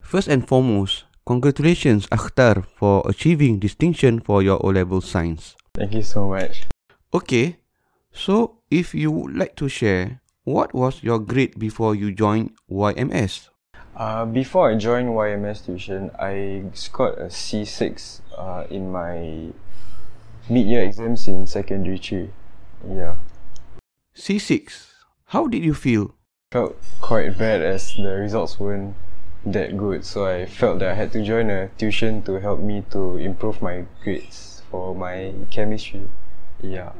First and foremost, congratulations Akhtar for achieving distinction for your O-level science. Thank you so much. Okay, so if you would like to share, what was your grade before you joined YMS? Uh, before I joined YMS tuition, I scored a C6 uh, in my mid year exams in secondary three. Yeah, C6. How did you feel? felt quite bad as the results weren't that good, so I felt that I had to join a tuition to help me to improve my grades for my chemistry. Yeah.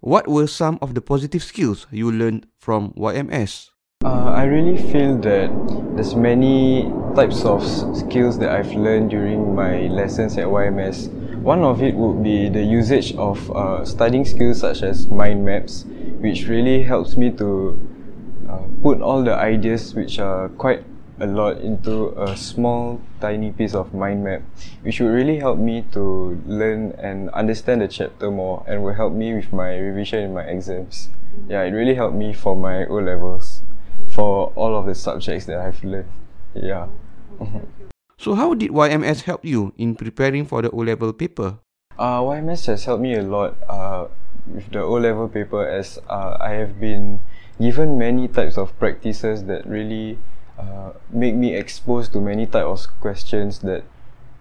What were some of the positive skills you learned from YMS? Uh, I really feel that there's many types of s- skills that I've learned during my lessons at YMS. One of it would be the usage of uh, studying skills such as mind maps, which really helps me to uh, put all the ideas, which are quite a lot, into a small, tiny piece of mind map, which would really help me to learn and understand the chapter more, and will help me with my revision in my exams. Yeah, it really helped me for my O levels for all of the subjects that I've learned. Yeah. So how did YMS help you in preparing for the O-level paper? Uh, YMS has helped me a lot uh, with the O level paper as uh, I have been given many types of practices that really uh, make me exposed to many types of questions that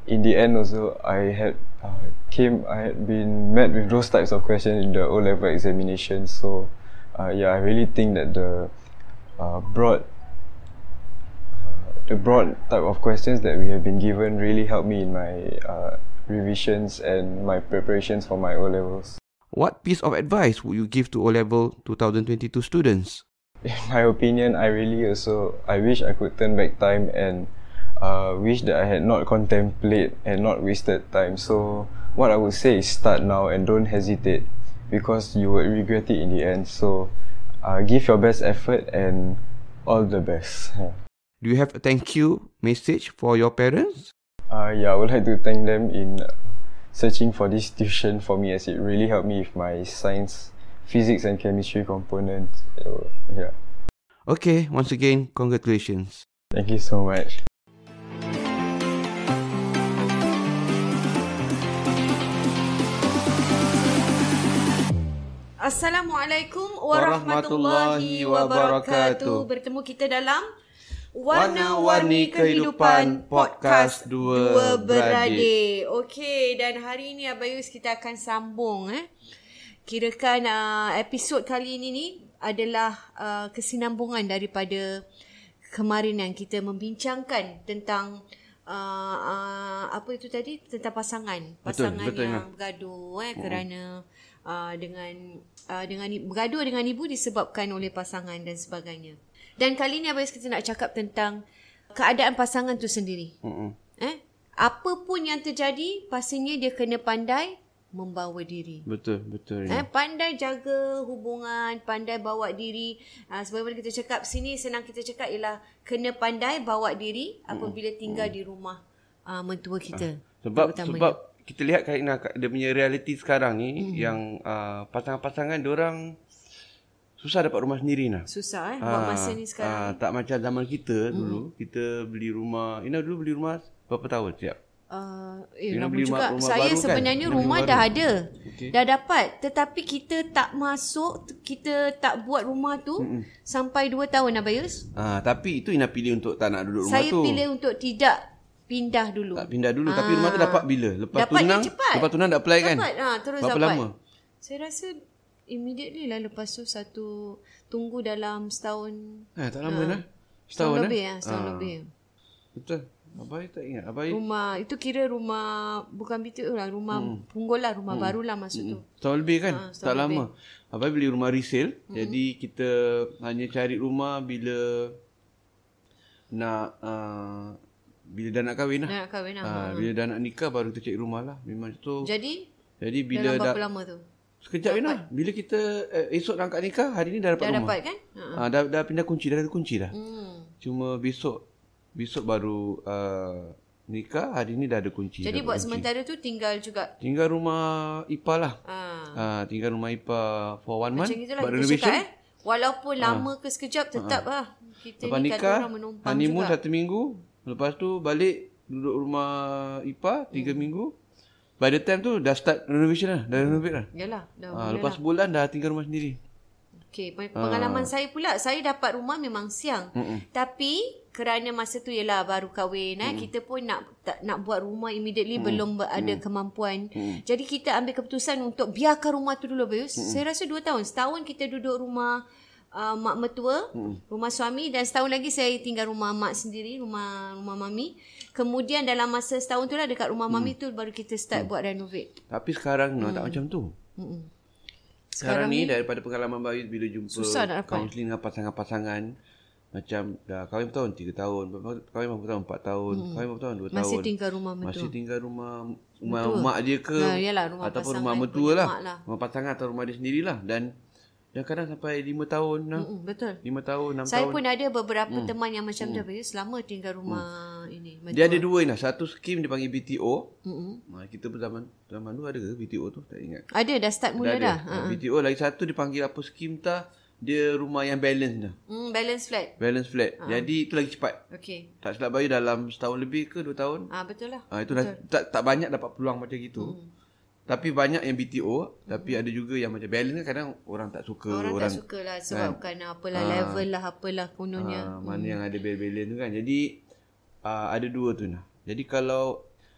in the end also I had uh, came I had been met with those types of questions in the O level examination so uh, yeah I really think that the uh, broad the broad type of questions that we have been given really helped me in my uh, revisions and my preparations for my O levels. What piece of advice would you give to O-level 2022 students? In my opinion, I really also I wish I could turn back time and uh, wish that I had not contemplate and not wasted time. So what I would say is start now and don't hesitate because you would regret it in the end. So uh, give your best effort and all the best. Do you have a thank you message for your parents? Uh, yeah, I would like to thank them in uh, searching for this tuition for me as it really helped me with my science, physics, and chemistry component. So, yeah, Okay, once again, congratulations. thank you so much. Assalamualaikum warahmatullahi Warahmatullahi wabarakatuh. wabarakatuh. Bertemu kita dalam Warna-Warni Kehidupan Podcast Dua Beradik. Okey dan hari ini Abayus kita akan sambung eh. Kirakan uh, episod kali ini ni adalah uh, kesinambungan daripada kemarin yang kita membincangkan tentang uh, uh, apa itu tadi tentang pasangan pasangan betul, yang ya. bergaduh eh kerana uh, dengan uh, dengan i- bergaduh dengan ibu disebabkan oleh pasangan dan sebagainya. Dan kali ni abang Yus kita nak cakap tentang keadaan pasangan tu sendiri. Mm-mm. Eh apa pun yang terjadi pastinya dia kena pandai membawa diri. Betul, Hmm. betul. Eh, pandai jaga hubungan, pandai bawa diri. Uh, sebagaimana kita cakap sini, senang kita cakap ialah kena pandai bawa diri apabila Hmm. tinggal di rumah uh, mentua kita. Ah, Sebab terutamanya. sebab kita lihat Kak Mhm. Ina Kak, dia punya realiti sekarang ni yang uh, pasangan-pasangan dia orang ah, susah dapat rumah sendiri lah. Susah eh buat Ah, masa ah, ni sekarang. Mhm. tak macam zaman kita hmm. dulu, kita beli rumah, Ina dulu beli rumah berapa tahun siap? Uh, eh, You nak lama beli juga. rumah- rumah Saya baru kan? Beli sebenarnya kan? rumah rumah dah baru. ada. Okay. Dah dapat. Tetapi kita tak masuk, t- kita tak buat rumah tu Mm-mm. sampai 2 tahun Abayus. Ah, tapi itu Ina pilih untuk tak nak duduk rumah Saya tu. pilih untuk tidak pindah dulu. tak pindah dulu, tapi rumah tu dapat bila? Lepas Dapat dia tunang, cepat. lepas tunang dah apply kan? Dapat, ha, terus Berapa dapat. lama? Saya rasa immediately lah lepas tu satu tunggu dalam setahun. Eh, tak lama lah. Ah, Setahun Setahun lebih eh? lah, setahun Ah, lebih. Betul. Abai tak ingat. Abai Rumah itu kira rumah bukan BTO lah, rumah Hmm. punggol lah, rumah baru lah masuk tu. Setahun lebih kan? Ah, Ha, tak lama. Abang beli rumah resale. Hmm. Jadi kita hanya cari rumah bila nak uh, bila dah nak kahwin lah. Dah nak kahwin lah. Ah, bila dah nak nikah baru kita cari rumah lah. Memang tu. Jadi, Jadi jadi bila dalam dah berapa lama tu? sekejap Ina, bila kita eh, esok nak akad nikah, hari ni dah dapat Dah rumah. dapat kan? Ha. Ah, dah dah pindah kunci, dah ada kunci dah. Hmm. Cuma besok besok baru uh, nikah, hari ni dah ada kunci. Jadi dah buat kunci. sementara tu tinggal juga. tinggal rumah Ipa lah. Ha. Ah, tinggal rumah IPA for one month. Macam itulah buat kita renovation. Ah. cakap eh. Walaupun lama ke sekejap tetap lah. Kita Lepas ni tak ada nikah, orang menumpang honeymoon juga. satu minggu. Lepas tu balik duduk rumah IPA tiga Hmm. minggu. By the time tu dah start renovation lah. Dah renovate lah. Yalah. Dah Ah, lepas sebulan dah tinggal rumah sendiri. Okay, pe- pengalaman saya pula, saya dapat rumah memang siang. Mm-mm. Tapi kerana masa tu ialah baru kahwin eh, kita pun nak tak, nak buat rumah immediately mm. belum ber- ada mm. kemampuan. Mm. Jadi kita ambil keputusan untuk biarkan rumah tu dulu Bayus. Mm. Saya rasa dua tahun, setahun kita duduk rumah uh, mak mertua, mm. rumah suami dan setahun lagi saya tinggal rumah mak sendiri, rumah rumah mami. Kemudian dalam masa setahun tu lah dekat rumah mami tu baru kita start buat renovate. Tapi sekarang no, tak Hmm. macam tu. Mm-mm. Sekarang, ni, daripada pengalaman Bayu bila jumpa Susah nak dapat. kaunseling dengan pasangan-pasangan macam dah kahwin berapa tahun? Tiga tahun. Berapa- Kahwin berapa tahun? Empat tahun. Kahwin berapa tahun? Dua Hmm. Masih tahun. tinggal rumah mertua. Masih tinggal rumah rumah mak dia ke Ha, yalah, rumah ataupun pasangan rumah pun mertua lah. mak lah. Rumah pasangan atau rumah dia sendirilah dan dan kadang sampai 5 tahun lah. Mm-mm, betul. 5 tahun, 6 Hmm. Saya tahun. pun ada beberapa hmm. teman yang macam hmm. tu Abang Yus, selama tinggal rumah ini. Hmm. Dia ada dua ni lah. Satu skim dia panggil BTO. Mm-mm. Ha, kita pun zaman zaman dulu ada ke BTO tu? Tak ingat. Ada dah start mula dah. ada. dah. Ha, BTO lagi satu dia panggil apa skim tah? Dia rumah yang balance dah. Hmm, balance flat. Balance flat. Ah. Jadi itu lagi cepat. Okey. Tak silap Bayu dalam setahun lebih ke dua tahun. Ah betul lah. Ha, itu dah, tak, tak banyak dapat peluang macam gitu. Hmm. Tapi banyak yang BTO. Tapi ada juga yang macam balance kan kadang orang Ah. tak suka. Hmm. Orang, orang tak suka lah sebabkan kan. apalah level lah apalah kononnya. Ha, Hmm. mana yang ada balance tu kan. Jadi uh, ada dua tu nah. Jadi kalau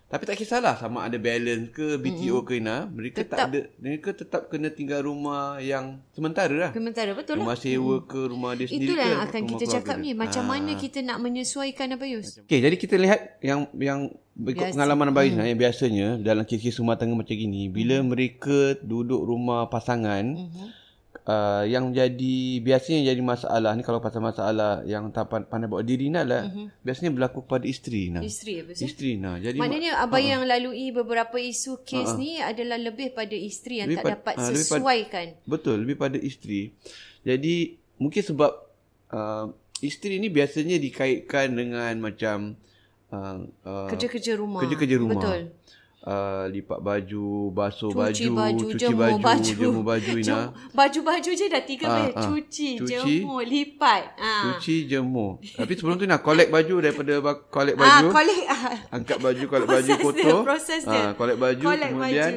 tapi tak kisahlah sama ada balance ke BTO ke Ina, mereka tetap. tak ada mereka tetap kena tinggal rumah yang sementara lah. Sementara betul lah. Rumah sewa ke rumah dia sendiri Itulah ke. yang akan rumah kita keluarga cakap dia. Ah. ni. Macam mana kita nak menyesuaikan Abang Yus. Okey, jadi kita lihat yang yang berikut Biasa. Hmm. pengalaman Abang Isna yang biasanya dalam kes-kes rumah tangga macam gini, bila mereka duduk rumah pasangan, Mhm. uh, yang jadi biasanya yang jadi masalah ni kalau pasal masalah yang tak pan- pandai bawa diri nak lah, biasanya berlaku kepada isteri nak. Hmm. Isteri Abang Yus. Isteri Ah. nak. Jadi Maknanya abang yang lalui beberapa isu kes ni adalah lebih pada isteri yang Lebih tak pad- dapat ah, lebih pad- sesuaikan. Betul, lebih pada isteri. Jadi mungkin sebab uh, isteri ni biasanya dikaitkan dengan macam uh, uh, Kerja-kerja rumah. kerja-kerja rumah. Betul. Uh, lipat baju, basuh Cuci baju, baju, cuci baju, jemur baju. Ah. jemur baju Ina. Jom, Baju-baju je dah tiga Ah, ha, ah. Cuci, Cuci. jemur, lipat. Ha. Cuci, jemur. Tapi sebelum tu nak collect baju daripada ba- collect Ah, baju. collect ah. angkat baju, collect Proses baju dia, kotor. proses dia. Ah, collect baju, Collect kemudian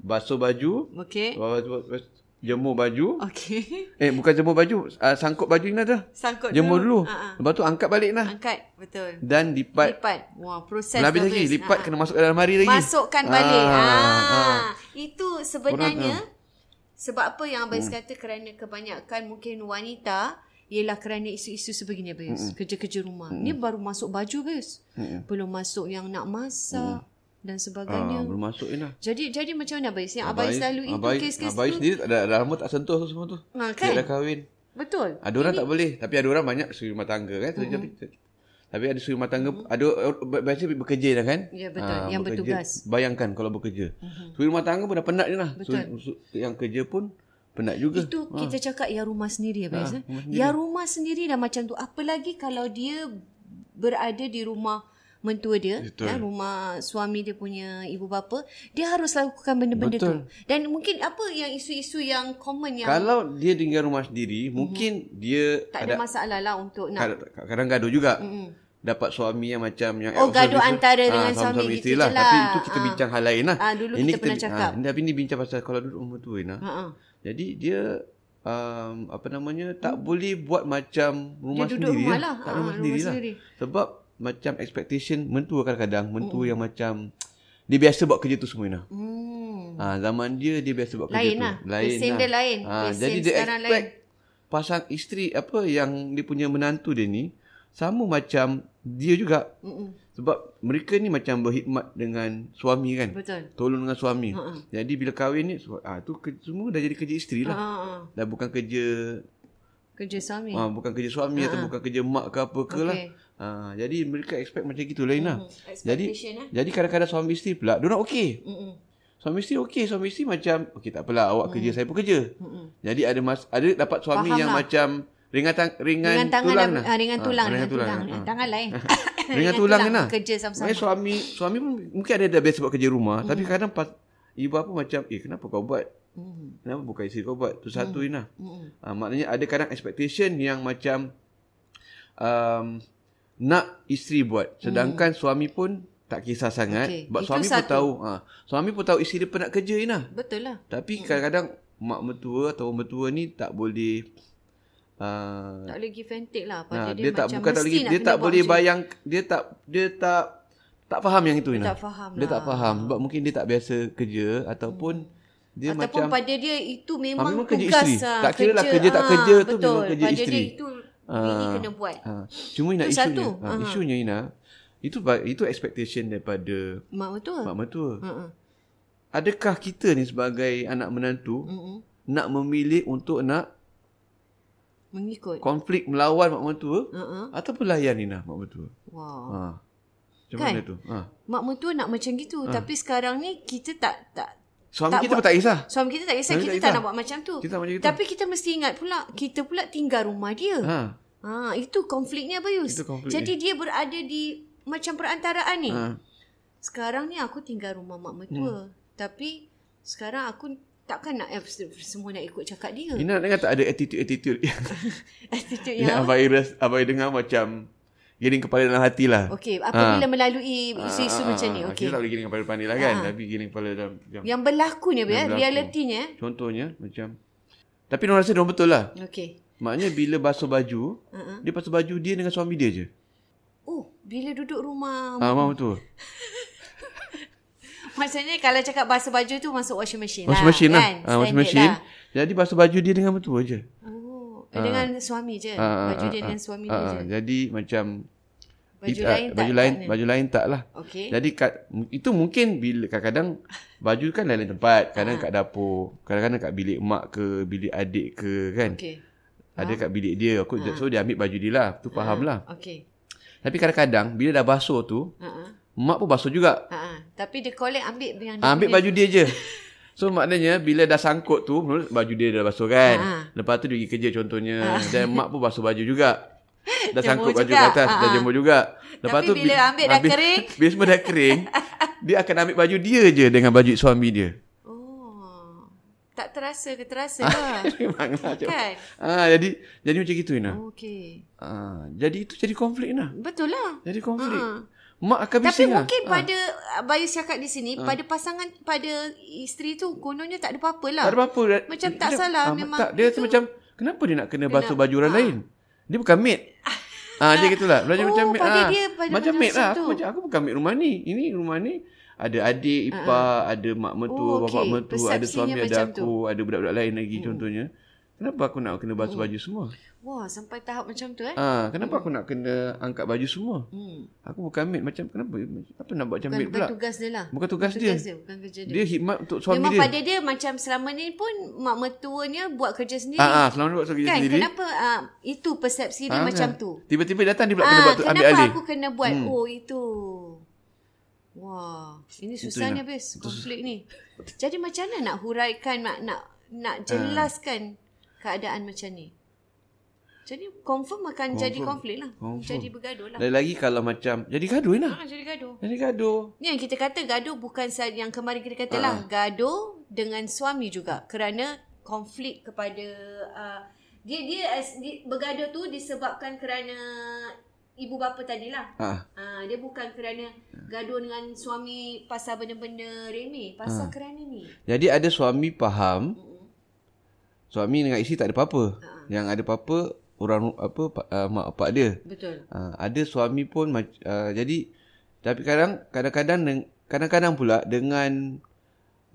basuh baju, Okey. baju- baju- jemur baju. Okey. Eh, bukan jemur baju, uh, sangkut baju Ina dah. Sangkut Jemur dulu. Ah, ah. Lepas tu angkat balik lah. Angkat, betul. Dan lipat. Lipat. Wah, proses Habis dah lagi, habis. lipat Ah, ah. kena masuk dalam hari lagi. Masukkan balik. Ah, ah. Itu sebenarnya sebab apa yang Hmm. Abang Yus kata kerana kebanyakan mungkin wanita ialah kerana isu-isu sebegini Abang Hmm. Yus. Kerja-kerja rumah. Ni baru masuk baju Abang Yus. Belum masuk yang nak masak dan Ah, sebagainya. belum masuk Ina. Jadi jadi macam mana Abang Yus? Yang Abang Yus lalu itu Abang- kes-kes Abang tu. ah, sendiri tak dah, dah lama tak sentuh tu semua tu. Ha, kan? Dia dah kahwin. Ah, Betul. Ada orang tak boleh, tapi ada orang banyak suri rumah tangga kan. Mm-hmm. Tapi- Tapi, tapi ada suri rumah tangga, ada biasa bekerja dah kan? Ya, betul. Yang bertugas. Bayangkan kalau bekerja. Mm-hmm. Suri rumah tangga pun dah penat je lah. Suri- su- yang kerja pun penat juga. Itu kita cakap yang rumah Ah, sendiri Abang Yus. eh? Yang rumah sendiri dah macam tu. Apa lagi kalau dia berada di rumah mentua dia Betul. kan, rumah suami dia punya ibu bapa dia harus lakukan benda-benda Betul. tu dan mungkin apa yang isu-isu yang common yang Kalau dia tinggal rumah sendiri, mungkin dia Hmm. tak ada masalah lah untuk nak kadang, kadang gaduh juga. Dapat suami yang macam yang Oh, at service gaduh tu. antara dengan sama-sama suami isteri gitu lah. je Tapi lah. itu kita Ah. bincang hal lain lah. Ah, dulu kita pernah cakap. Ah, tapi ni bincang pasal kalau duduk rumah tu Ina. Ha, ha. Jadi dia um, apa namanya tak boleh buat macam rumah Hmm. duduk sendiri. rumah lah. lah. Tak Ah, rumah rumah sendiri lah. sendiri. Sebab macam expectation mentua kadang-kadang mentua yang macam dia biasa buat kerja tu semua Ina. hmm. Ha, zaman dia dia biasa buat Lain kerja lah. tu. Ah, Pesen dia lain. Pesen jadi dia sekarang expect pasang isteri apa yang dia punya menantu dia ni sama macam dia juga. Mm-mm. Sebab mereka ni macam berkhidmat dengan suami kan. betul Ha, Tolong dengan suami. Jadi bila kahwin ni so- ah tu ke, semua dah jadi kerja isteri ha, lah. ha, ha. Dah bukan kerja kerja suami ah bukan kerja suami atau bukan kerja mak ke apa ke lah. Ha, Okey. Ah jadi mereka expect macam gitu lain lah. Jadi expectation lah jadi kadang-kadang suami isteri pula dia orang okey. Mm-mm. Suami isteri okey, suami isteri macam okey tak apalah awak kerja saya pun kerja. Mm-mm. Jadi ada mas, ada dapat suami Hmm. Faham yang lah. macam ringan tang, ringan, dengan tangan tulang tulang lah. ah, dengan Ah, tulang eh, ringan tulang. dengan ah. tangan lain Ringan tulang ni lah. kerja Maknanya sama-sama suami suami pun mungkin ada dah biasa buat kerja rumah, Hmm. tapi kadang pas, ibu apa macam eh kenapa kau buat? Mm. Kenapa bukan isteri kau buat? Tu satu Hmm. ni lah. Mm-mm. Ha, maknanya ada kadang expectation yang macam um, nak isteri buat. Sedangkan suami pun tak kisah sangat. Hmm. Okey, Sebab itu suami satu. pun tahu. Ha, suami pun tahu isteri dia penat kerja ni lah. betul lah Tapi kadang-kadang mak mertua atau orang mertua ni tak boleh uh, tak boleh give and take lah nah, pada dia, dia tak macam bukan tak mesti boleh nak dia kena tak buat boleh macam bayang dia tak dia tak tak faham yang itu tu. Ina. tak faham Dia lah. tak faham sebab mungkin dia tak biasa kerja ataupun dia Ataupun macam pada dia itu memang, memang kerja tugas isteri. ah, Tak kira lah kerja tak kerja tu betul. memang kerja pada isteri. dia itu Ah. bini kena buat. Ha. Cuma Ina Itu isunya. satu. Ha, Aha. isunya Ina. Itu ba- itu expectation daripada Mak betul. mak mertua. Ha-ha. Adakah kita ni sebagai anak menantu Mm-mm. nak memilih untuk nak Mengikut. konflik melawan mak mertua Ha-ha. ataupun layan Ina mak mertua? Wow. Ha. Macam Kan? mana tu? Ha. Mak mertua nak macam Ah. gitu tapi sekarang ni kita tak tak Suami Tak kita buat- pun tak kisah. suami kita tak kisah Suami kita tak tak kisah. nak buat macam tu. Kita tak macam gitu. Tapi kita mesti ingat pula kita pula tinggal rumah dia. Ha. Ha, itu konfliknya Bayus. Itu konflik Jadi dia berada di macam perantaraan ni. Ha. Hmm. Sekarang ni aku tinggal rumah mak mertua. Tapi sekarang aku takkan nak eh, se- semua nak ikut cakap dia. Ina dengar tak ada attitude-attitude Ya. yang, Attitude yang yang Abai, res, Abai dengar macam giling kepala dalam hati lah. Okey, Ah. apabila melalui isu-isu Ah, ah, macam ah, ni. ah. Okey. Kita tak boleh giling kepala depan ni lah kan. Ah. Tapi giling kepala dalam yang, Yang berlakunya Yang ya, berlaku. realitinya eh. contohnya macam tapi dia rasa dia betul lah. Okey. Maknanya bila basuh baju, Uh-huh. dia basuh baju dia dengan suami dia je. Oh, bila duduk rumah Ah, mak betul. maksudnya kalau cakap basuh baju tu masuk washing machine Washing lah. machine lah. Kan? Ah, washing Standard machine. Lah. Jadi basuh baju dia dengan mertua je. Oh, eh, dengan suami je. Ah, ah, baju dia ah, dengan ah, suami ah, dia ah. je. Jadi macam Baju it- ah, lain tak. kan? Eh. baju lain tak baju lain tak lah. Okey. Jadi kat, itu mungkin bila kadang-kadang baju kan lain-lain tempat. Ha. Kadang kat dapur, kadang-kadang kat bilik mak ke, bilik adik ke kan. Okey. Ha. Ada kat bilik dia. Aku so dia ambil baju dia lah. Tu faham lah. Okey. Tapi kadang-kadang bila dah basuh tu, Ha-ha. mak pun basuh juga. Ha-ha. ah, Tapi dia collect ambil yang dia Ah, ambil punya. baju dia je. So maknanya bila dah sangkut tu, menurut baju dia dah basuh kan. Ha. Lepas tu dia pergi kerja contohnya. Dan mak pun basuh baju juga. Dah Jemur sangkut baju juga. kat atas, dah Ha. jemur juga. Lepas Tapi tu bila ambil dah kering. Bila semua dah kering, dia akan ambil baju dia je dengan baju suami dia. Oh. Tak terasa ke terasa lah. Memanglah. Cik. kan? Ah, jadi jadi macam gitu Ina. Okey. Ah, jadi itu jadi konflik Ina. Betul lah. Jadi konflik. Ha. Mak akan Tapi bising mungkin lah. pada ah, Bayu cakap di sini Ah. pada pasangan pada isteri tu kononnya tak ada apa-apa lah. Tak ada apa-apa. Macam tak salah, ah, memang Tak, dia rasa itu. Ah. macam, kenapa dia nak kena basuh baju orang lain? Dia bukan maid. Ah, dia gitulah. Belajar Oh, macam maid pada ah. dia- pada macam pada maid macam lah. Aku tu. macam aku bukan maid rumah ni. Ini rumah ni ada adik, ipar, ada mak mertua, Ah, Oh, oh, bapak okey. mertua, ada Persepsinya suami, ada macam Hmm. aku, ada budak-budak lain lagi contohnya. Kenapa aku nak kena basuh baju semua? Wah, sampai tahap macam tu eh. Ah, kenapa aku nak kena angkat baju semua? Hmm. Aku bukan maid macam kenapa? Apa nak buat macam Bukan, maid bukan pula? tugas dia lah. Bukan tugas dia. Tugas dia, bukan kerja dia. Dia khidmat untuk suami Memang dia. pada dia macam selama ni pun mak mertuanya buat kerja sendiri. Ah, ah, selama dia buat kerja kan? sendiri. Kenapa ah, itu persepsi Ah, dia macam kan. tu? Tiba-tiba datang dia pula kena Ah, buat tu, ambil kenapa alih. Hmm. aku kena buat? Oh, itu. Wah, ini susahnya bes konflik ni. Jadi macam mana Ah. nak huraikan nak nak, nak jelaskan keadaan macam ni? Jadi confirm akan confirm. jadi konflik lah. Confirm. Jadi bergaduh lah. Lagi-lagi kalau macam jadi gaduh lah. Ha, jadi gaduh. Jadi gaduh. Ni yang kita kata gaduh bukan sa- yang kemarin kita kata Ah. lah. Gaduh dengan suami juga. Kerana konflik kepada... Uh, dia, dia as- di- bergaduh tu disebabkan kerana ibu bapa tadilah. Ah, Ah, dia bukan kerana gaduh dengan suami pasal benda-benda remeh, Ah. pasal kerana ni. Jadi ada suami faham suami dengan isteri tak ada apa-apa. Ah. Yang ada apa-apa orang ru- apa pa- uh, mak bapak dia. Betul. Uh, ada suami pun mac- uh, jadi tapi kadang kadang-kadang deng- kadang-kadang pula dengan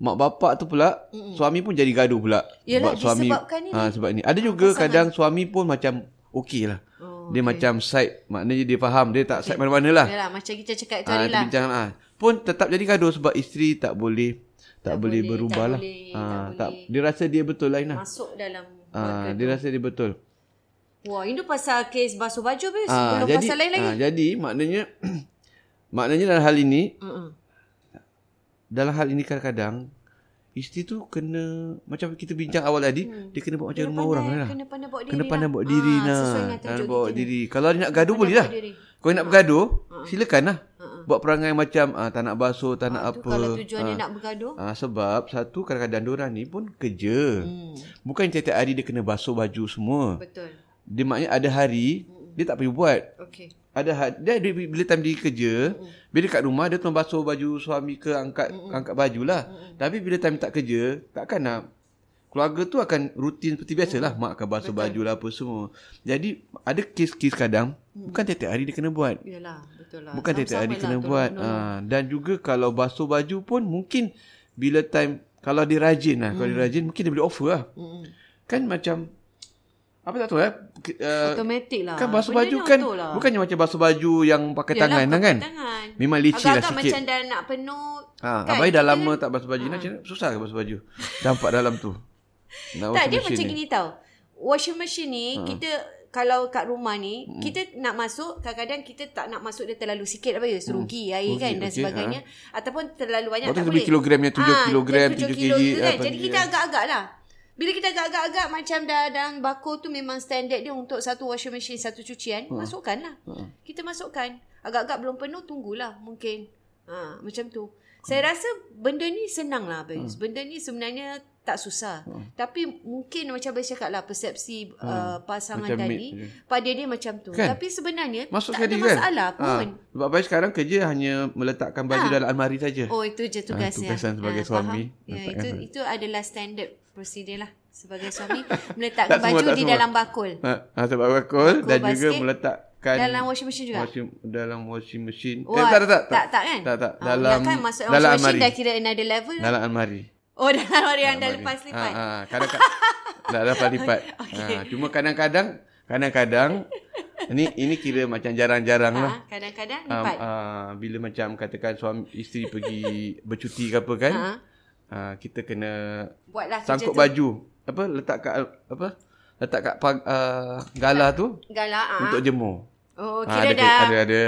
mak bapak tu pula Mm-mm. suami pun jadi gaduh pula. Yelah, disebabkan ni. Ah, sebab ni. Ada juga Pasangan. kadang suami pun macam okey lah. Oh, Oh, Ya, dia okay. macam side maknanya dia faham dia tak okay. side mana-mana lah. Yalah, macam kita cakap Ah, tu hari kita lah. bincang ah. Pun tetap jadi gaduh sebab isteri tak boleh tak, tak boleh, boleh, berubah tak lah. boleh, ah, tak tak, boleh. dia rasa dia betul lain lah. Masuk dalam Ah, keluarga dia rasa dia betul. Wah, ini pasal kes basuh baju bes. Ah, Belum jadi pasal lain lagi. ah, jadi maknanya maknanya dalam hal ini Mm-mm. dalam hal ini kadang-kadang isteri tu kena macam kita bincang awal tadi hmm. dia kena buat macam rumah pandai- orang lah. kena pandai bawa diri Kena pandai lah. bawa diri Ah, lah. sesuai dengan Kena tajuk bawa kita ni. diri. Kalau dia nak gaduh pandai boleh bawa lah. diri. Kalau nak bergaduh silakan lah. Buat perangai macam ah, tak nak basuh, tak nak Tu apa. kalau tujuan dia Ah. nak bergaduh. Ah, sebab satu kadang-kadang diorang ni pun kerja. Hmm. Bukan tiap-tiap hari dia kena basuh baju semua. Betul. Dia maknanya ada hari hmm. dia tak pergi buat. Okey. Ada hari, dia, dia bila time dia kerja, hmm. bila kat rumah dia tolong basuh baju suami ke angkat hmm. angkat bajulah. Hmm. Tapi bila time tak kerja, takkan nak keluarga tu akan rutin seperti biasalah mak akan basuh Betul. baju lah apa semua. Jadi ada kes-kes kadang hmm. bukan tiap-tiap hari dia kena buat. Yalah, betul lah. Bukan tiap-tiap hari Ah, Sama-sama kena lah, buat. tolong-menolong. Ha, dan juga kalau basuh baju pun mungkin bila time kalau dia rajin lah, kalau dia rajin mungkin dia boleh offer lah. Mm. Mm-mm. Kan macam apa tak tahu eh ke- uh, Automatic lah. kan basuh Benda baju ni kan auto lah. bukannya macam basuh baju yang pakai Yalah, tangan lah pakai kan. tangan. Memang licin lah Agak-agak sikit. macam dah nak penuh. Ha, kan? Ah. kan, abai dah Kita lama tak basuh baju ha. nak macam mana? susah ke basuh baju. Dampak dalam tu. Nak Tak, washing dia machine macam ni. Ah. gini tau. Washing machine ni, kita kalau kat rumah ni, kita nak masuk, kadang-kadang kita tak nak masuk dia terlalu sikit apa ya, serugi air Rugi, kan dan Mm. okey, ah. sebagainya. Ataupun terlalu banyak Waktu tak kita beli boleh. kilogramnya, tujuh Ah, kilogram, tujuh tujuh kilo kg, ya. tu kan. lapan Jadi kg. kita agak-agak lah. Bila kita agak-agak macam dah dalam bakul tu memang standard dia untuk satu washing machine, satu cucian, Ah. masukkan lah. Kita masukkan. Agak-agak belum penuh, tunggulah mungkin. Ha, macam tu. Saya rasa benda ni senang lah Abis. Hmm. Benda ni sebenarnya tak susah. Tapi mungkin macam Abis cakap lah persepsi uh, pasangan Hmm. Macam tadi mate je. pada dia macam tu. Kan? Tapi sebenarnya Masuk tak ada tadi kan. masalah Ha, pun. sebab abai sekarang kerja hanya meletakkan baju Ha. dalam almari saja. Oh itu je tugasnya. Ah, tugasan sebagai faham. suami. kan? Ya, Letakkan itu sana. itu adalah standard prosedur lah sebagai suami meletakkan Tak semua, baju tak di semua. dalam bakul. Ha, ha, sebab bakul Bakul dan juga basket meletakkan Dalam washing machine juga? Washing, dalam washing machine. Wah, Eh, tak, tak, tak, tak, tak kan? Tak, tak. Ah, Dalam, ya kan masuk dalam dalam washing almari. machine dah kira another level. Dalam, Dalam almari. oh dalam almari yang dah Almari. lepas lipat. Ha, ha, kadang dah lepas-lipat. Okey. Ha, cuma kadang-kadang, kadang-kadang, ini, ini kira macam jarang-jarang Ah, lah. kadang-kadang Um, lipat. uh, bila macam katakan suami isteri pergi bercuti ke apa kan Ha. uh, kita kena Buatlah kerja sangkut tu. baju apa letak kat apa letak kat pag, uh, gala tu Galak. ah. untuk jemur Oh, Ah, kira ada, dah. ada ada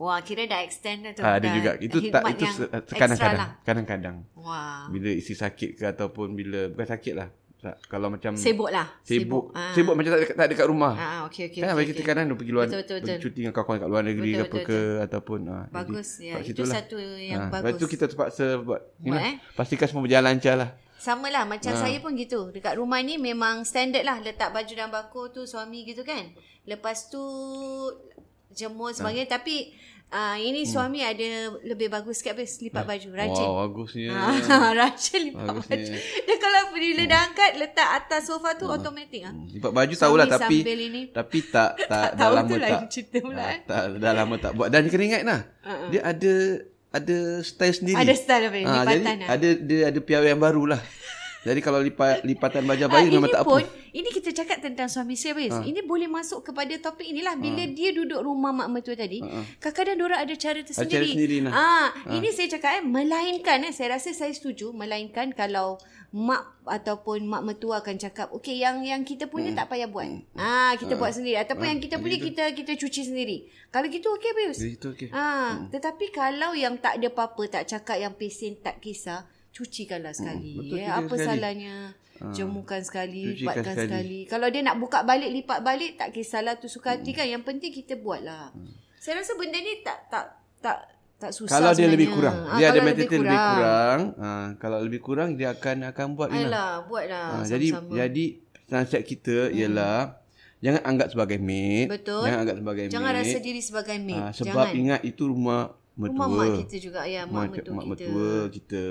Wah, kira dah extend dah tu. Ah, ada dah juga itu tak khidmat itu yang se- extra kadang-kadang Lah. Ah. kadang-kadang Wah. bila isteri sakit ke ataupun bila bukan sakit lah tak, kalau macam Sibuk lah. Hmm. sibuk Ah. sibuk macam tak, tak ada kat rumah Ah, ah, okey okey. kan okey, okay, kita okey. kadang dia pergi luar Betul, betul, betul. pergi cuti dengan kawan kat luar negeri Betul, ke apa betul, ke ataupun ah, jadi Bagus, ya. kat Itu situlah. satu yang Ah, bagus. Lepas tu kita terpaksa buat, Buat, buat eh. eh? Pastikan semua berjalan lancar lah Sama lah macam Ah. ha. saya pun gitu. Dekat rumah ni memang standard lah letak baju dan bakul tu suami gitu kan. Lepas tu Ah. jemur sebagainya ha. tapi uh, ini Hmm. suami ada lebih bagus sikit habis Ah. lipat baju rajin. Wah bagusnya Ha, rajin lipat Ya. Bagusnya. Hmm. baju. Dia kalau bila dah angkat letak atas sofa tu automatik ah. Lipat baju tahulah Suami tapi sambil ini. Tapi tak tak, tahu dah lama tu lain tak cerita pula, Ah, eh. tak, Dah lama tak buat Dan kena ingat lah Dia ada Ada style sendiri Ah, Ada style apa? Ah, Lipatan jadi, lah. Ada dia ada piawai yang baru lah Jadi kalau lipat, lipatan baju Ah, bayi ini memang tak pun, apa Ha. ini kita cakap tentang suami saya Fiz. Ini boleh masuk kepada topik inilah bila dia duduk rumah mak mertua tadi. Ha, Kadang-kadang diorang ada cara tersendiri. sendiri lah. Ah, ini saya cakap eh melainkan eh saya rasa saya setuju melainkan kalau mak ataupun mak mertua akan cakap okey yang yang kita punya Hmm. tak payah buat. Ah, Ha. kita buat sendiri ataupun yang kita punya kita kita cuci sendiri. Kalau gitu okey Fiz. Itu okey Ah, tetapi kalau yang tak ada apa-apa, tak cakap yang pesen tak kisah, cucikanlah sekali. Hmm, betul, ya. cucikan Apa sekali. Ah, salahnya? Jemukan sekali, Cucikan buatkan sekali. sekali. Kalau dia nak buka balik, lipat balik, tak kisahlah tu suka Hmm. hati kan. Yang penting kita buatlah. Saya rasa benda ni tak tak tak tak susah Kalau dia sebenarnya. lebih kurang. dia Ah, ada kalau mentaliti lebih kurang. Ha, kalau lebih kurang dia akan akan buat ni lah. Ayolah, buatlah Ha, sama-sama. Hmm. jadi jadi nasihat kita ialah jangan anggap sebagai maid. Betul. Jangan anggap sebagai Jangan maid. rasa diri sebagai maid. Ah, sebab Jangan. ingat itu rumah mertua. Rumah mak kita juga. Ya, mak, mak, mertua mak kita. mertua kita.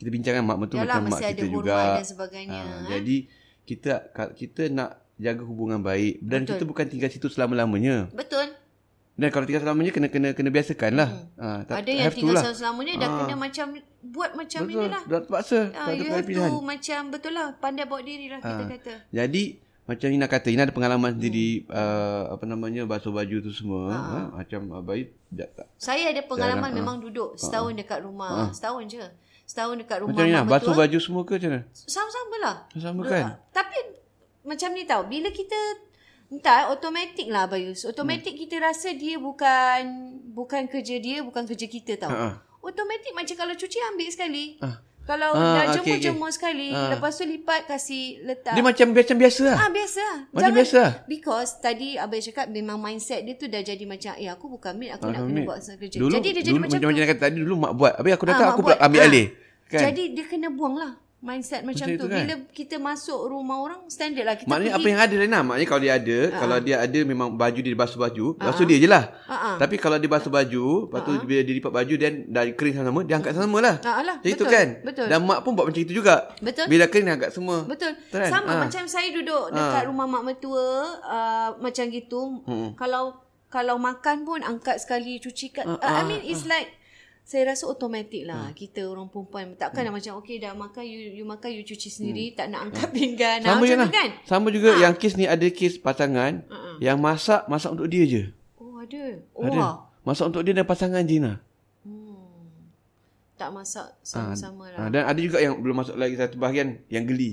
Kita bincangkan mak mertua Yalah, macam mak mesti ada kita hormat juga. dan sebagainya, Ah, eh. Jadi kita kita nak jaga hubungan baik dan Betul. kita bukan tinggal situ selama-lamanya. Betul. Dan kalau tinggal selamanya kena kena kena biasakan lah. Ah, tak- Hmm. Ada yang have to tinggal lah. selama-lamanya dah Ah. kena macam buat macam Betul, inilah. dah terpaksa. tak Ah, ada you pilihan. have to macam betul lah pandai bawa diri lah kita Ah. kata. Jadi macam Ina kata Ina ada Hmm. pengalaman sendiri uh, apa namanya basuh baju tu semua Ah. ha. macam uh, baik tak, tak. Saya ada pengalaman lah. memang duduk setahun dekat rumah. Setahun je. Setahun dekat Ah. rumah macam Ina mak basuh mertua. baju semua ke macam mana Sama-sama lah. sama kan Tapi macam ni tau. Bila kita entah automatik lah Bayus. Automatik hmm. kita rasa dia bukan bukan kerja dia, bukan kerja kita tau. Ha-ha. Automatik macam kalau cuci ambil sekali. Ah, Kalau Ah, dah okey, okey. Ah. jemur-jemur sekali, lepas tu lipat kasih letak. dia macam macam biasa lah Ah biasa. lah. Macam biasa lah. Because tadi abang cakap memang mindset dia tu dah jadi macam eh aku bukan maid aku Macam nak kena ni. buat kerja. Ah, dulu, jadi dia jadi dulu, macam, macam tu. Ina kata tadi dulu mak buat habis aku datang Ah, mak aku pula buat. ambil Ah. alih kan Jadi dia kena buang lah mindset Macam macam, tu. itu kan? Bila kita masuk rumah orang standard lah kita Maknanya apa pergi. yang ada Lena Maknanya kalau dia ada uh-huh. Kalau dia ada memang baju dia basuh baju uh-huh. Basuh dia je lah Ah, ah. Tapi kalau dia basuh baju Lepas tu bila dia lipat baju Dan dah kering sama-sama Dia angkat sama lah Ah, alah, Macam itu betul, kan betul. Dan mak pun buat macam itu juga Betul. Bila kering dia angkat semua Betul. Kan? Sama Ah. macam saya duduk dekat rumah mak mertua uh, macam gitu. Hmm. Kalau kalau makan pun angkat sekali cuci kat. uh, Ah, I mean it's like saya rasa automatik Hmm. lah kita orang perempuan takkan lah macam okay dah makan you you makan you cuci sendiri tak nak angkat pinggan Ah, Hmm. Sama je macam lah tu kan. Sama juga yang kes ni ada kes pasangan Yang masak Masak untuk dia je Oh ada. Oh Ada wah. Masak untuk dia dan pasangan je nah. hmm. tak masak sama-sama lah. Ah, Dan ada juga yang belum masuk lagi Satu bahagian Yang geli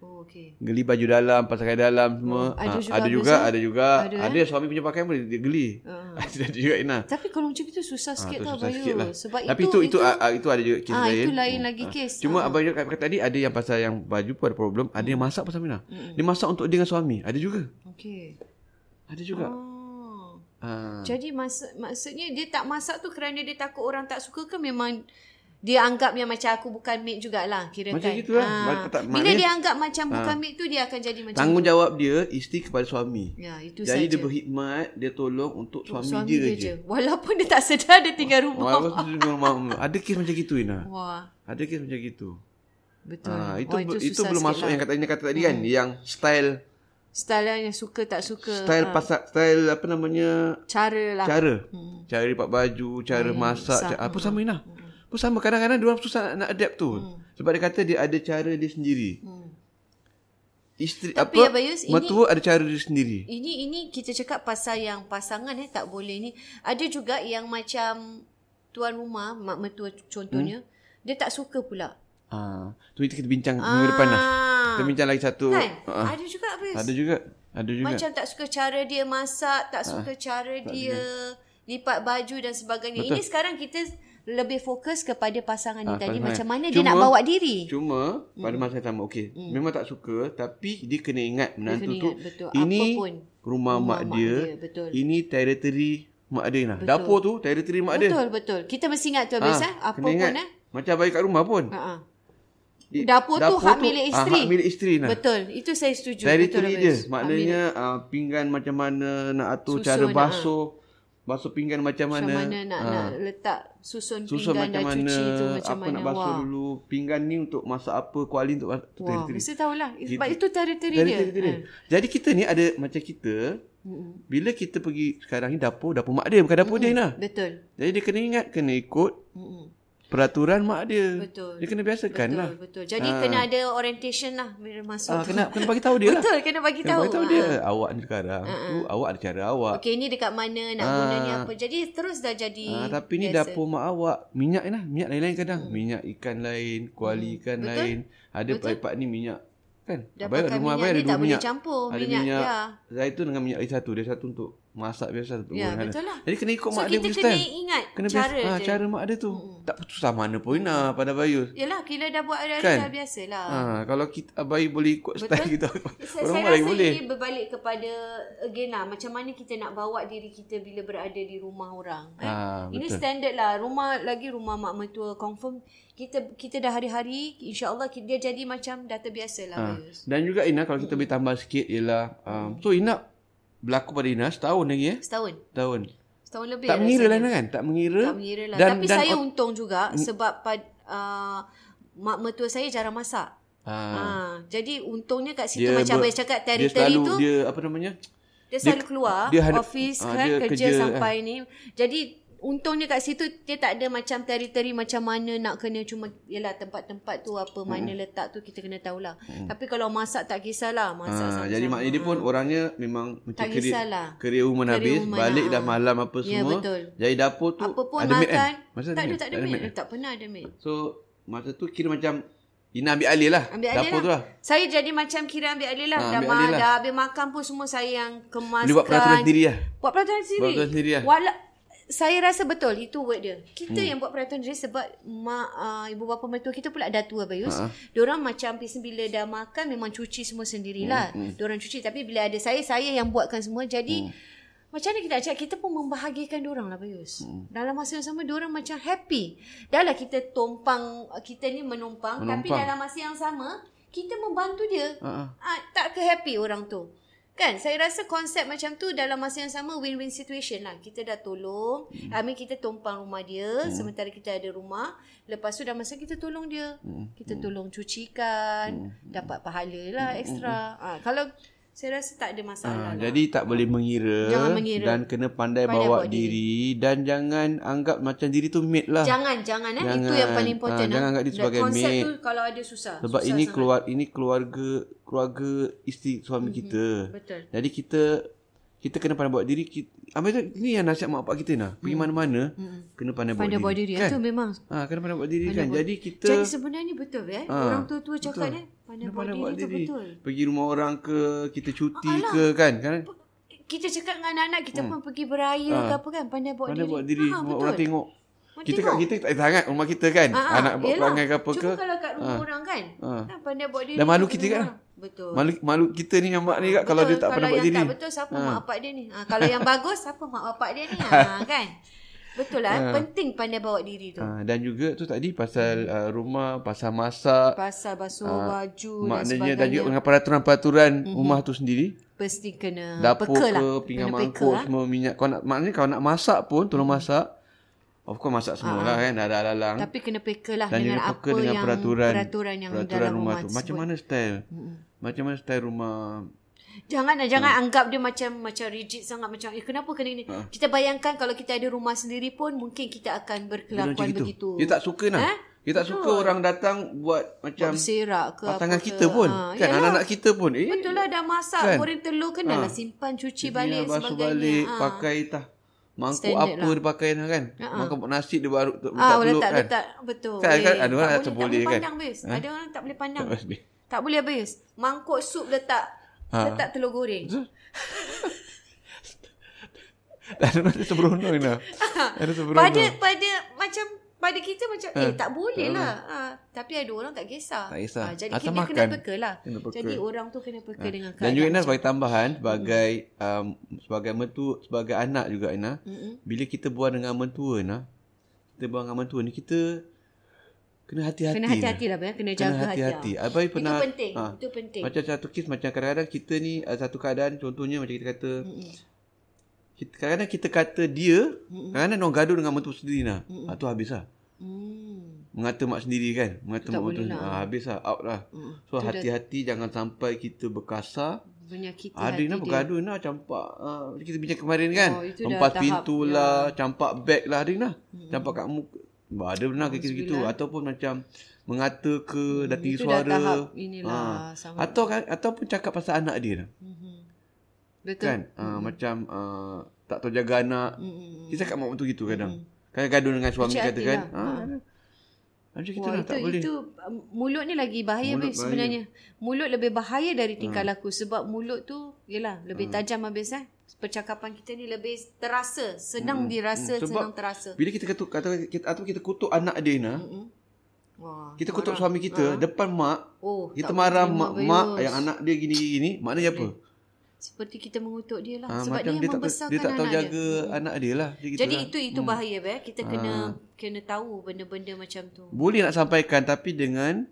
Oh okay. Geli baju dalam Pasangan dalam semua Oh, ada Ah, juga Ada biasa. juga Ada juga Ada, Ada, eh? suami punya pakaian pun dia geli Ada juga Ina Tapi kalau macam itu susah sikit tu tau susah Bayu. sikit lah. Sebab Tapi itu itu itu itu, ah, itu ada juga kes Ah, lain. Hmm. itu lain lagi kes. Cuma Ah. abang juga kata tadi ada yang pasal yang baju pun ada problem, ada yang masak pasal Mina. Hmm. Dia masak untuk dia dengan suami. Ada juga. Okay. Ada juga. Oh. Ah. Jadi maksud, maksudnya dia tak masak tu kerana dia takut orang tak suka ke memang dia anggap yang macam aku bukan maid jugalah kira kan? Ha. Macam gitulah. Tak- Bila maknanya- Ha. dia anggap macam bukan maid tu dia akan jadi macam tu. Tanggungjawab dia isteri kepada suami. Ya, itu Jadi saja. dia berkhidmat, dia tolong untuk suami, suami dia, dia, je. je. Walaupun dia tak sedar dia tinggal rumah. Walaupun dia dengan mak- ada kes macam gitu Ina. Wah, Ada kes macam gitu. betul. Ah, itu Wah, be- itu belum sikit masuk lah. yang kata Ina kata tadi kan, yang style style yang suka tak suka. style Ah, pasak style apa namanya cara lah. cara hmm. cara lipat baju cara masak cara, apa sama Ina hmm. pun sama kadang-kadang dia orang susah nak adapt tu hmm. sebab dia kata dia ada cara dia sendiri hmm. isteri Tapi apa ya, Bayus, ini- mertua ada cara dia sendiri Ini ini kita cakap pasal yang pasangan eh tak boleh ni. Ada juga yang macam tuan rumah, mak mertua contohnya, hmm? dia tak suka pula. Ah, ah tu itu kita bincang minggu depan lah kita bincang lagi satu Kan? Ah, Ada juga habis. ada juga Ah. ada juga Macam tak suka cara dia masak, tak suka cara dia lipat baju dan sebagainya. Ini sekarang kita lebih fokus kepada pasangan ni Ah, pasangan. tadi macam mana dia Cuma- nak bawa diri. Cuma hmm. pada masa yang sama okey hmm. memang tak suka tapi dia kena ingat menantu kena tu ingat, betul. ini Apa pun rumah mak, mak dia, dia, betul. ini teritori mak dia nah. Dapur tu teritori mak dia. Ah, Betul betul. Kita mesti ingat tu habis eh. Apa kena pun ingat. eh. Ah, Macam baik kat rumah pun. Ha-ha. Di- Dapur, tu hak ah, milik isteri. hak milik isteri nah. Betul. Itu saya setuju. betul Teritori dia. Abis. Maknanya ah, pinggan macam mana nak atur Susun cara nak, ah. basuh. Basuh pinggan macam Macam mana. Ah, mana nak, nak letak susun Susun pinggan macam dan mana, cuci tu macam apa mana. nak basuh Wah. dulu, pinggan ni untuk masak apa, kuali untuk masak, tu Wah, teritori. mesti tahulah. Sebab Gitu. itu teritori dia. Ah. Teritori dia. Jadi kita ni ada macam kita, bila kita pergi sekarang ni dapur, dapur mak dia, bukan dapur dia Ha. nah. Betul. Jadi dia kena ingat, kena ikut Mm-mm. peraturan mak dia. Betul. Dia kena biasakan Betul, lah. betul. Jadi kena ada orientation lah bila masuk. Ah, tu. kena kena bagi tahu dia lah. Betul, kena bagi Kena tahu. bagi tahu Ah. dia. Awak ni sekarang tu awak ada cara awak. Okey, ni dekat mana, nak guna ni apa. Jadi terus dah jadi Ah, tapi ni biasa. dapur mak awak minyak ni lah minyak lain-lain kadang hmm. minyak ikan lain kuali hmm. ikan Betul. lain ada pipe ni minyak kan Dah Abang pakai rumah abang minyak ni ada dua tak boleh minyak campur. ada Minyak, minyak ya. zaitun dengan minyak lagi satu dia satu untuk Masak biasa tu. Ya, Kan? betul lah. Jadi kena ikut So, mak dia kita punya kena style. ingat kena cara Hmm. biasa, dia. ha, cara mak dia tu. Tak susah mana pun lah pada Bayu. Yelah, kita dah buat ada Kan? kan? biasa lah. Ha, kalau kita Abai boleh ikut style kita. Saya, orang saya lain rasa boleh. ini berbalik kepada again lah macam mana kita nak bawa diri kita bila berada di rumah orang. Eh? Ah, ini betul. standard lah. Rumah lagi rumah mak mertua confirm kita kita dah hari-hari insya-Allah ki- dia jadi macam dah terbiasa lah. Ha. Bayus. Dan juga Ina kalau Hmm. kita boleh tambah sikit ialah um, so Ina berlaku pada Ina setahun lagi eh. Setahun. Tahun. Setahun lebih. Tak mengira lah Ina rasanya. kan? Tak mengira. Tak mengira lah. Tapi saya untung juga sebab pad, uh, mak mertua saya jarang masak. ha, Ha. jadi untungnya kat situ macam ber- abang cakap dia territory selalu, tu dia apa namanya? Dia selalu keluar dia dia hadap- office ah, kan dia kerja, kerja, sampai ni. Jadi untungnya kat situ dia tak ada macam teritori macam mana nak kena cuma yalah tempat-tempat tu apa mana Hmm. letak tu kita kena tahulah. Tapi kalau masak tak kisahlah Ha, masak sama-sama. Hmm. jadi mak dia pun orangnya memang macam Tak kisahlah. Kerja woman Career habis, woman, balik ha. dah malam apa Ya, semua. betul. Jadi dapur tu apa pun ada maid makan. kan? Masa tak ada maid? tak ada maid maid. kan? Tak pernah ada maid. So masa tu kira macam Ina ambil alih lah Ambil alih Dapur lah. tu lah Saya jadi macam kira ambil alih lah. Ah, dah, ambil ma- alih lah. dah habis makan pun semua saya yang kemaskan. Dia buat peraturan sendiri lah Buat peraturan sendiri. Buat peraturan sendiri lah. Wala- saya rasa betul itu word dia. Kita hmm. yang buat peraturan sendiri sebab mak uh, ibu bapa mertua kita pula dah tua Bayus. Ha. Diorang macam pis- bila dah makan memang cuci semua sendirilah. Hmm. Diorang cuci tapi bila ada saya saya yang buatkan semua. Hmm. Jadi macam mana kita nak cakap Kita pun membahagiakan diorang lah Bayus hmm. Dalam masa yang sama Diorang macam happy Dah lah kita tompang Kita ni menumpang, menumpang Tapi Menumpang. dalam masa yang sama Kita membantu dia Ha-ha. Ah, tak ke happy orang tu. Kan? Saya rasa konsep macam tu dalam masa yang sama win-win situation lah. Kita dah tolong. Hmm. I mean kita tumpang rumah dia. Hmm. Sementara kita ada rumah. Lepas tu dah masa kita tolong dia. Hmm. Kita tolong cucikan. Hmm. Dapat pahala lah extra. Hmm. Ah, kalau saya rasa tak ada masalah ha, ha, lah. Jadi tak boleh mengira Jangan mengira. Dan kena pandai, Pandai bawa bawa diri, Dan jangan anggap macam diri tu mate lah Jangan, jangan eh. Itu yang Jangan. paling important. Ah, jangan ah. anggap dia Dan sebagai Konsep mate. tu kalau ada susah. Sebab susah ini sangat. keluar ini keluarga keluarga isteri suami kita. Betul. Jadi kita kita kena pandai buat diri kita. Ambil tu ini yang nasihat mak bapak kita nah. Pergi mana-mana kena pandai, Hmm. Pandai buat buat diri. diri. Itu memang Ah, ha, kena pandai buat diri kan. Jadi kita Jadi sebenarnya betul eh. Ah, Orang tua-tua cakap eh. Pandai kena buat diri tu betul. Pergi rumah orang ke, kita cuti ke kan? Kan kita cakap dengan anak-anak kita pun pergi beraya ha. ke apa kan pandai buat Hmm. Ah. pandai buat diri. diri, Ha, ha, betul. orang tengok. Orang kita tengok. kat kita tak ada sangat rumah kita kan. Ah, ah, Anak buat yelah. perangai ke apa ke. Cuma kalau kat rumah orang kan, Ha. kan pandai buat diri. Dan malu tu kita semua kan? orang. Betul. Malu malu kita ni yang mak ni kat kalau dia tak pandai buat yang diri. tak betul siapa mak bapak dia ni? Ha, kalau yang bagus siapa mak bapak dia ni? Ha, kan? Betul lah. Ha. Penting pandai bawa diri tu. Ah, dan juga tu tadi pasal uh, rumah, pasal masak, Pasal basuh baju dan Ha. maknanya sebagainya. Mhm. dan juga dengan peraturan-peraturan rumah tu sendiri. Pasti kena Dapur peka ke, lah. pinggan Kena peka mangkuk, lah. Hmm. semua minyak. Kau nak, maknanya kau nak masak pun, tolong masak. Of course masak semua Ah. lah kan, ada alalang. Tapi kena peka lah Dan dengan juga apa peka dengan yang peraturan. peraturan yang peraturan dalam rumah, tu. rumah, Macam mana style? Hmm. Macam mana style rumah? Jangan lah, Ha. jangan anggap dia macam macam rigid sangat macam eh kenapa kena ini. Kita bayangkan kalau kita ada rumah sendiri pun mungkin kita akan Dia macam berkelakuan gitu. begitu. Dia tak suka nak. Eh? Dia tak suka orang datang buat macam berserak ke pasangan apa ke. kita pun. Ah, kan yalah. anak-anak kita pun. Eh, Betul lah dah masak Kan? kan? goreng telur kena lah simpan cuci balik Dia basuh sebagainya. balik, Ah. pakai tah mangkuk Standard apa dia pakai lah kan. Makan buat nasi dia baru letak Ah, telur letak, kan. letak. Betul. Kan, Eh, kan, ada orang tak tak boleh boleh kan. pandang, Bis. Ada orang tak boleh pandang. Tak boleh. Tak boleh habis. Mangkuk sup letak. Ha. Letak telur goreng. Ada orang seberonok ni. Ada seberonok. pada pada macam pada kita macam eh tak boleh lah. Ha, tapi ada orang tak kisah. Tak kisah. Ah, jadi Atau kita makan. kena peka lah. Kena peka. Ha. Jadi orang tu kena peka dengan Dan keadaan. juga Ina sebagai tambahan sebagai um, sebagai mentua sebagai anak juga Ina. Bila kita buat dengan mentua Ina, kita buat dengan mentua ni kita kena hati-hati. kena hati-hati lah. Kena, kena Kena jaga hati. lah. hati-hati. Abai pernah Itu penting. ah, Itu penting. Macam satu kes macam kadang-kadang kita ni uh, satu keadaan contohnya macam kita kata mm kita kadang-kadang kita kata dia mm kadang-kadang orang gaduh dengan mentua sendiri nah. Ah tu habis lah. Hmm. Mengata mak sendiri kan. Mengata mak mentua sendiri. Ah, habis lah out lah. So hati-hati jangan sampai kita berkasar. Menyakiti Ada ni hati lah, dia. Ah, bergaduh nah campak uh, kita bincang kemarin kan. Oh, itu dah Empat tahap, Hmm. pintu lah, campak beg lah ada nah. Campak kat muka. Bah, Ada benar kes gitu ataupun macam mengata ke dah tinggi Hmm, itu dah suara. tahap inilah, Ah. sama. Mhm. Atau kan ataupun cakap pasal anak dia. Nah Betul. Mhm. kan uh, Hmm. macam uh, tak tahu jaga anak mm-hmm. kita cakap mak tu gitu kadang mm-hmm. kadang gaduh dengan suami Hmm. Kecil Mhm. hati kata kan lah. ha macam gitu Wah, lah itu, tak boleh itu um, mulut ni lagi bahaya Mulut Ah. mulut sebenarnya. Mulut lebih bahaya dari tingkah laku sebab mulut tu Yelah, lebih tajam habis eh. Percakapan kita ni lebih terasa, senang dirasa, senang terasa. Bila kita kata, kata kita, atau kita kutuk anak dia Ina, Wah. kita kutuk suami kita depan mak, Oh, kita Ah. tak marah boleh mak, terima mak virus. yang anak dia gini gini, maknanya apa? Seperti kita mengutuk dia lah. Ah, Sebab dia macam yang tak membesarkan dia tak tahu anak jaga dia. Hmm. anak dia lah. Dia gitu Ah. Jadi lah. itu itu bahaya hmm. Kita kena kena tahu benda-benda macam tu. boleh nak sampaikan tapi dengan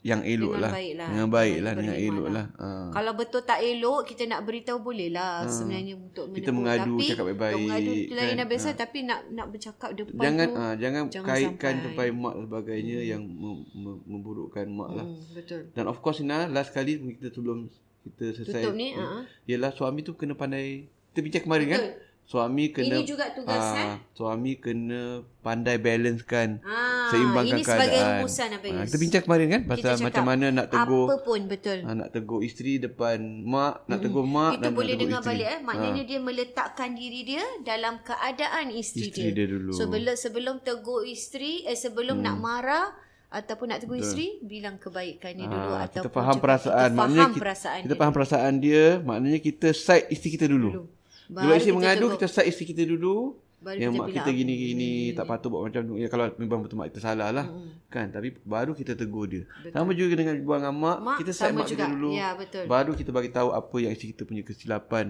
yang elok Dengan lah. baik lah. Dengan baik Dengan lah, dengan berhikmat elok lah. Ah. Kalau betul tak elok, kita nak beritahu boleh lah sebenarnya untuk menegur. Kita mengadu, tapi, cakap baik-baik, Untuk mengadu itu lain kan? dah biasa tapi nak nak bercakap depan Jangan tu. ah jangan, jangan kaitkan sampai. Mm. sampai mak sebagainya yang mem- mem- memburukkan mak lah. Hmm, betul. Dan of course Ina, last kali kita sebelum kita selesai mm, Tutup ni, ah. Ialah suami tu kena pandai Kita bincang kemarin kan Suami kena ha, ah, Ini juga tugas, eh? Suami kena pandai balancekan Ah, Seimbangkan ini sebagai keadaan rumusan apa, Yus? Kita bincang kemarin kan Pasal cakap macam mana nak tegur Apa pun betul. ah, Nak tegur isteri depan mak Nak tegur mak Itu dan nak boleh tegur dengar isteri. Ah. Ha. balik eh. Maknanya dia meletakkan diri dia dalam keadaan isteri, Isteri dia dulu. Hmm. So sebelum sebelum tegur isteri eh sebelum nak marah ataupun nak tegur isteri bilang kebaikannya dulu Ah, ataupun kita faham cakap- perasaan kita Maknanya faham kita, perasaan kita dia. faham perasaan dia Maknanya kita side isteri kita dulu, Dulu. Bila Baru isteri kita mengadu tegur. Kita side isteri kita dulu Baru Yang kita mak bilang, kita gini gini Hmm. Tak patut buat macam tu Ya kalau memang betul mak kita salah lah Kan tapi baru kita tegur dia Sama juga dengan buang dengan mak, Mak, Kita side sama mak kita juga. dulu Ya, betul. Baru kita bagi tahu apa yang isteri kita punya kesilapan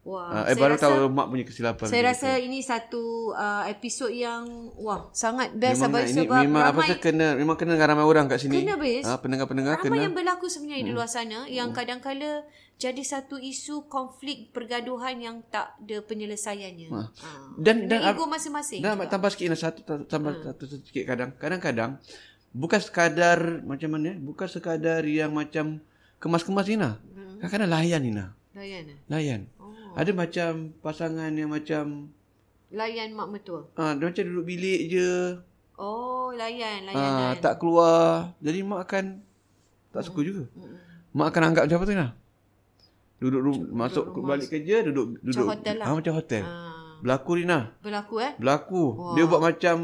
Wah, Ah, Eh saya baru rasa- tahu mak punya kesilapan Saya macam rasa ini satu uh, episod yang wah sangat best Memang sebab, nak, ini sebab memang apa ramai tu kena memang kena dengan ramai orang kat sini. Kena, Bez. Ah, pendengar-pendengar Ramai kena. Hmm. yang berlaku sebenarnya di luar sana yang kadang-kala jadi satu isu konflik pergaduhan yang tak ada penyelesaiannya. Ha. Ah. Dan dan ego masing-masing. Dan tambah sikit lah satu ta- tambah Ah. hmm. satu, satu sikit kadang kadang-kadang bukan sekadar macam mana eh? bukan sekadar yang macam kemas-kemas Nina. Hmm. Kadang-kadang layan Nina. Layan eh? Layan. Oh. Ada macam pasangan yang macam Layan mak mertua. ah dia macam duduk bilik je. Oh, layan, Ah layanan. tak keluar. Jadi mak akan tak suka juga. Mak akan anggap macam apa tu Nina? Duduk rum, masuk ke- balik kerja duduk duduk hotel lah. ah, macam hotel. Ah. Berlaku Nina. Berlaku eh? Berlaku. Wow. Dia buat macam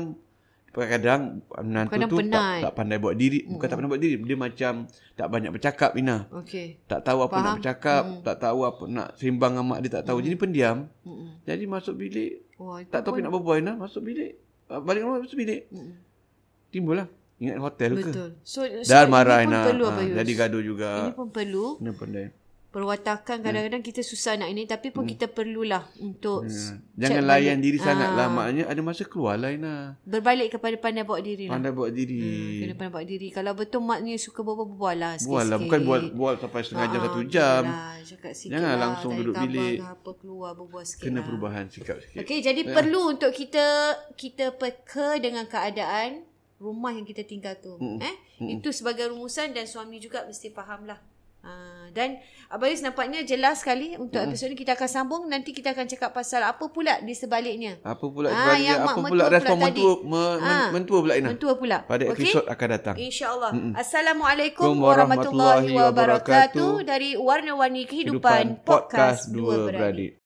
kadang-kadang menantu Kadang tu penat. Mm. tak, tak pandai buat diri, bukan tak pandai buat diri, dia macam tak banyak bercakap Ina. Okey. Tak tahu apa nak bercakap, mm. tak tahu apa nak sembang dengan mak dia tak tahu. Mm. Jadi pendiam. Mm. Jadi masuk bilik, Wah, itu tak tahu apa nak berbual Ina, masuk bilik. Ah, Balik rumah masuk bilik. Mm. Timbullah ingat hotel betul. So, ke? so Dah ini marah pun Ina. perlu apa, Ha, Yus? jadi gaduh Hmm. juga. Ini pun perlu. Kena pandai. Perwatakan kadang-kadang kita susah nak ini tapi pun kita perlulah untuk s- Hmm. Jangan check layan balik. Ah. diri sangat lah. Maknanya ada masa keluar lah Ina. Berbalik kepada pandai bawa diri lah. Pandai buat diri. Kena pandai bawa diri. Kalau betul maknya suka berbual-bual lah sikit-sikit. Bual Hmm. lah Bukan bual, bual sampai Ah, setengah jam Satu jam Yalah, cakap sikit Jangan lah, langsung tanya duduk khabar bilik. ke Apa keluar berbual sikit Kena lah. perubahan sikap sikit Ya. Okey, jadi yeah. perlu untuk kita kita peka dengan keadaan rumah yang kita tinggal tu. Mm. Eh, mm. itu sebagai rumusan dan suami juga mesti faham lah. Uh, dan Abang Yus nampaknya jelas sekali untuk mm. episod ni kita akan sambung nanti kita akan cakap pasal apa pula di sebaliknya. Apa pula Ah, sebaliknya? yang Apa mak mentua pula pula respon tadi. mentua me, men, Ah, Mentua pula Ina Mentua pula. Pada Okey? episod akan datang InsyaAllah. Assalamualaikum Assalamualaikum warahmatullahi warahmatullahi wabarakatuh wabarakatuh. dari Warna-Warni Kehidupan, Podcast Dua Beradik.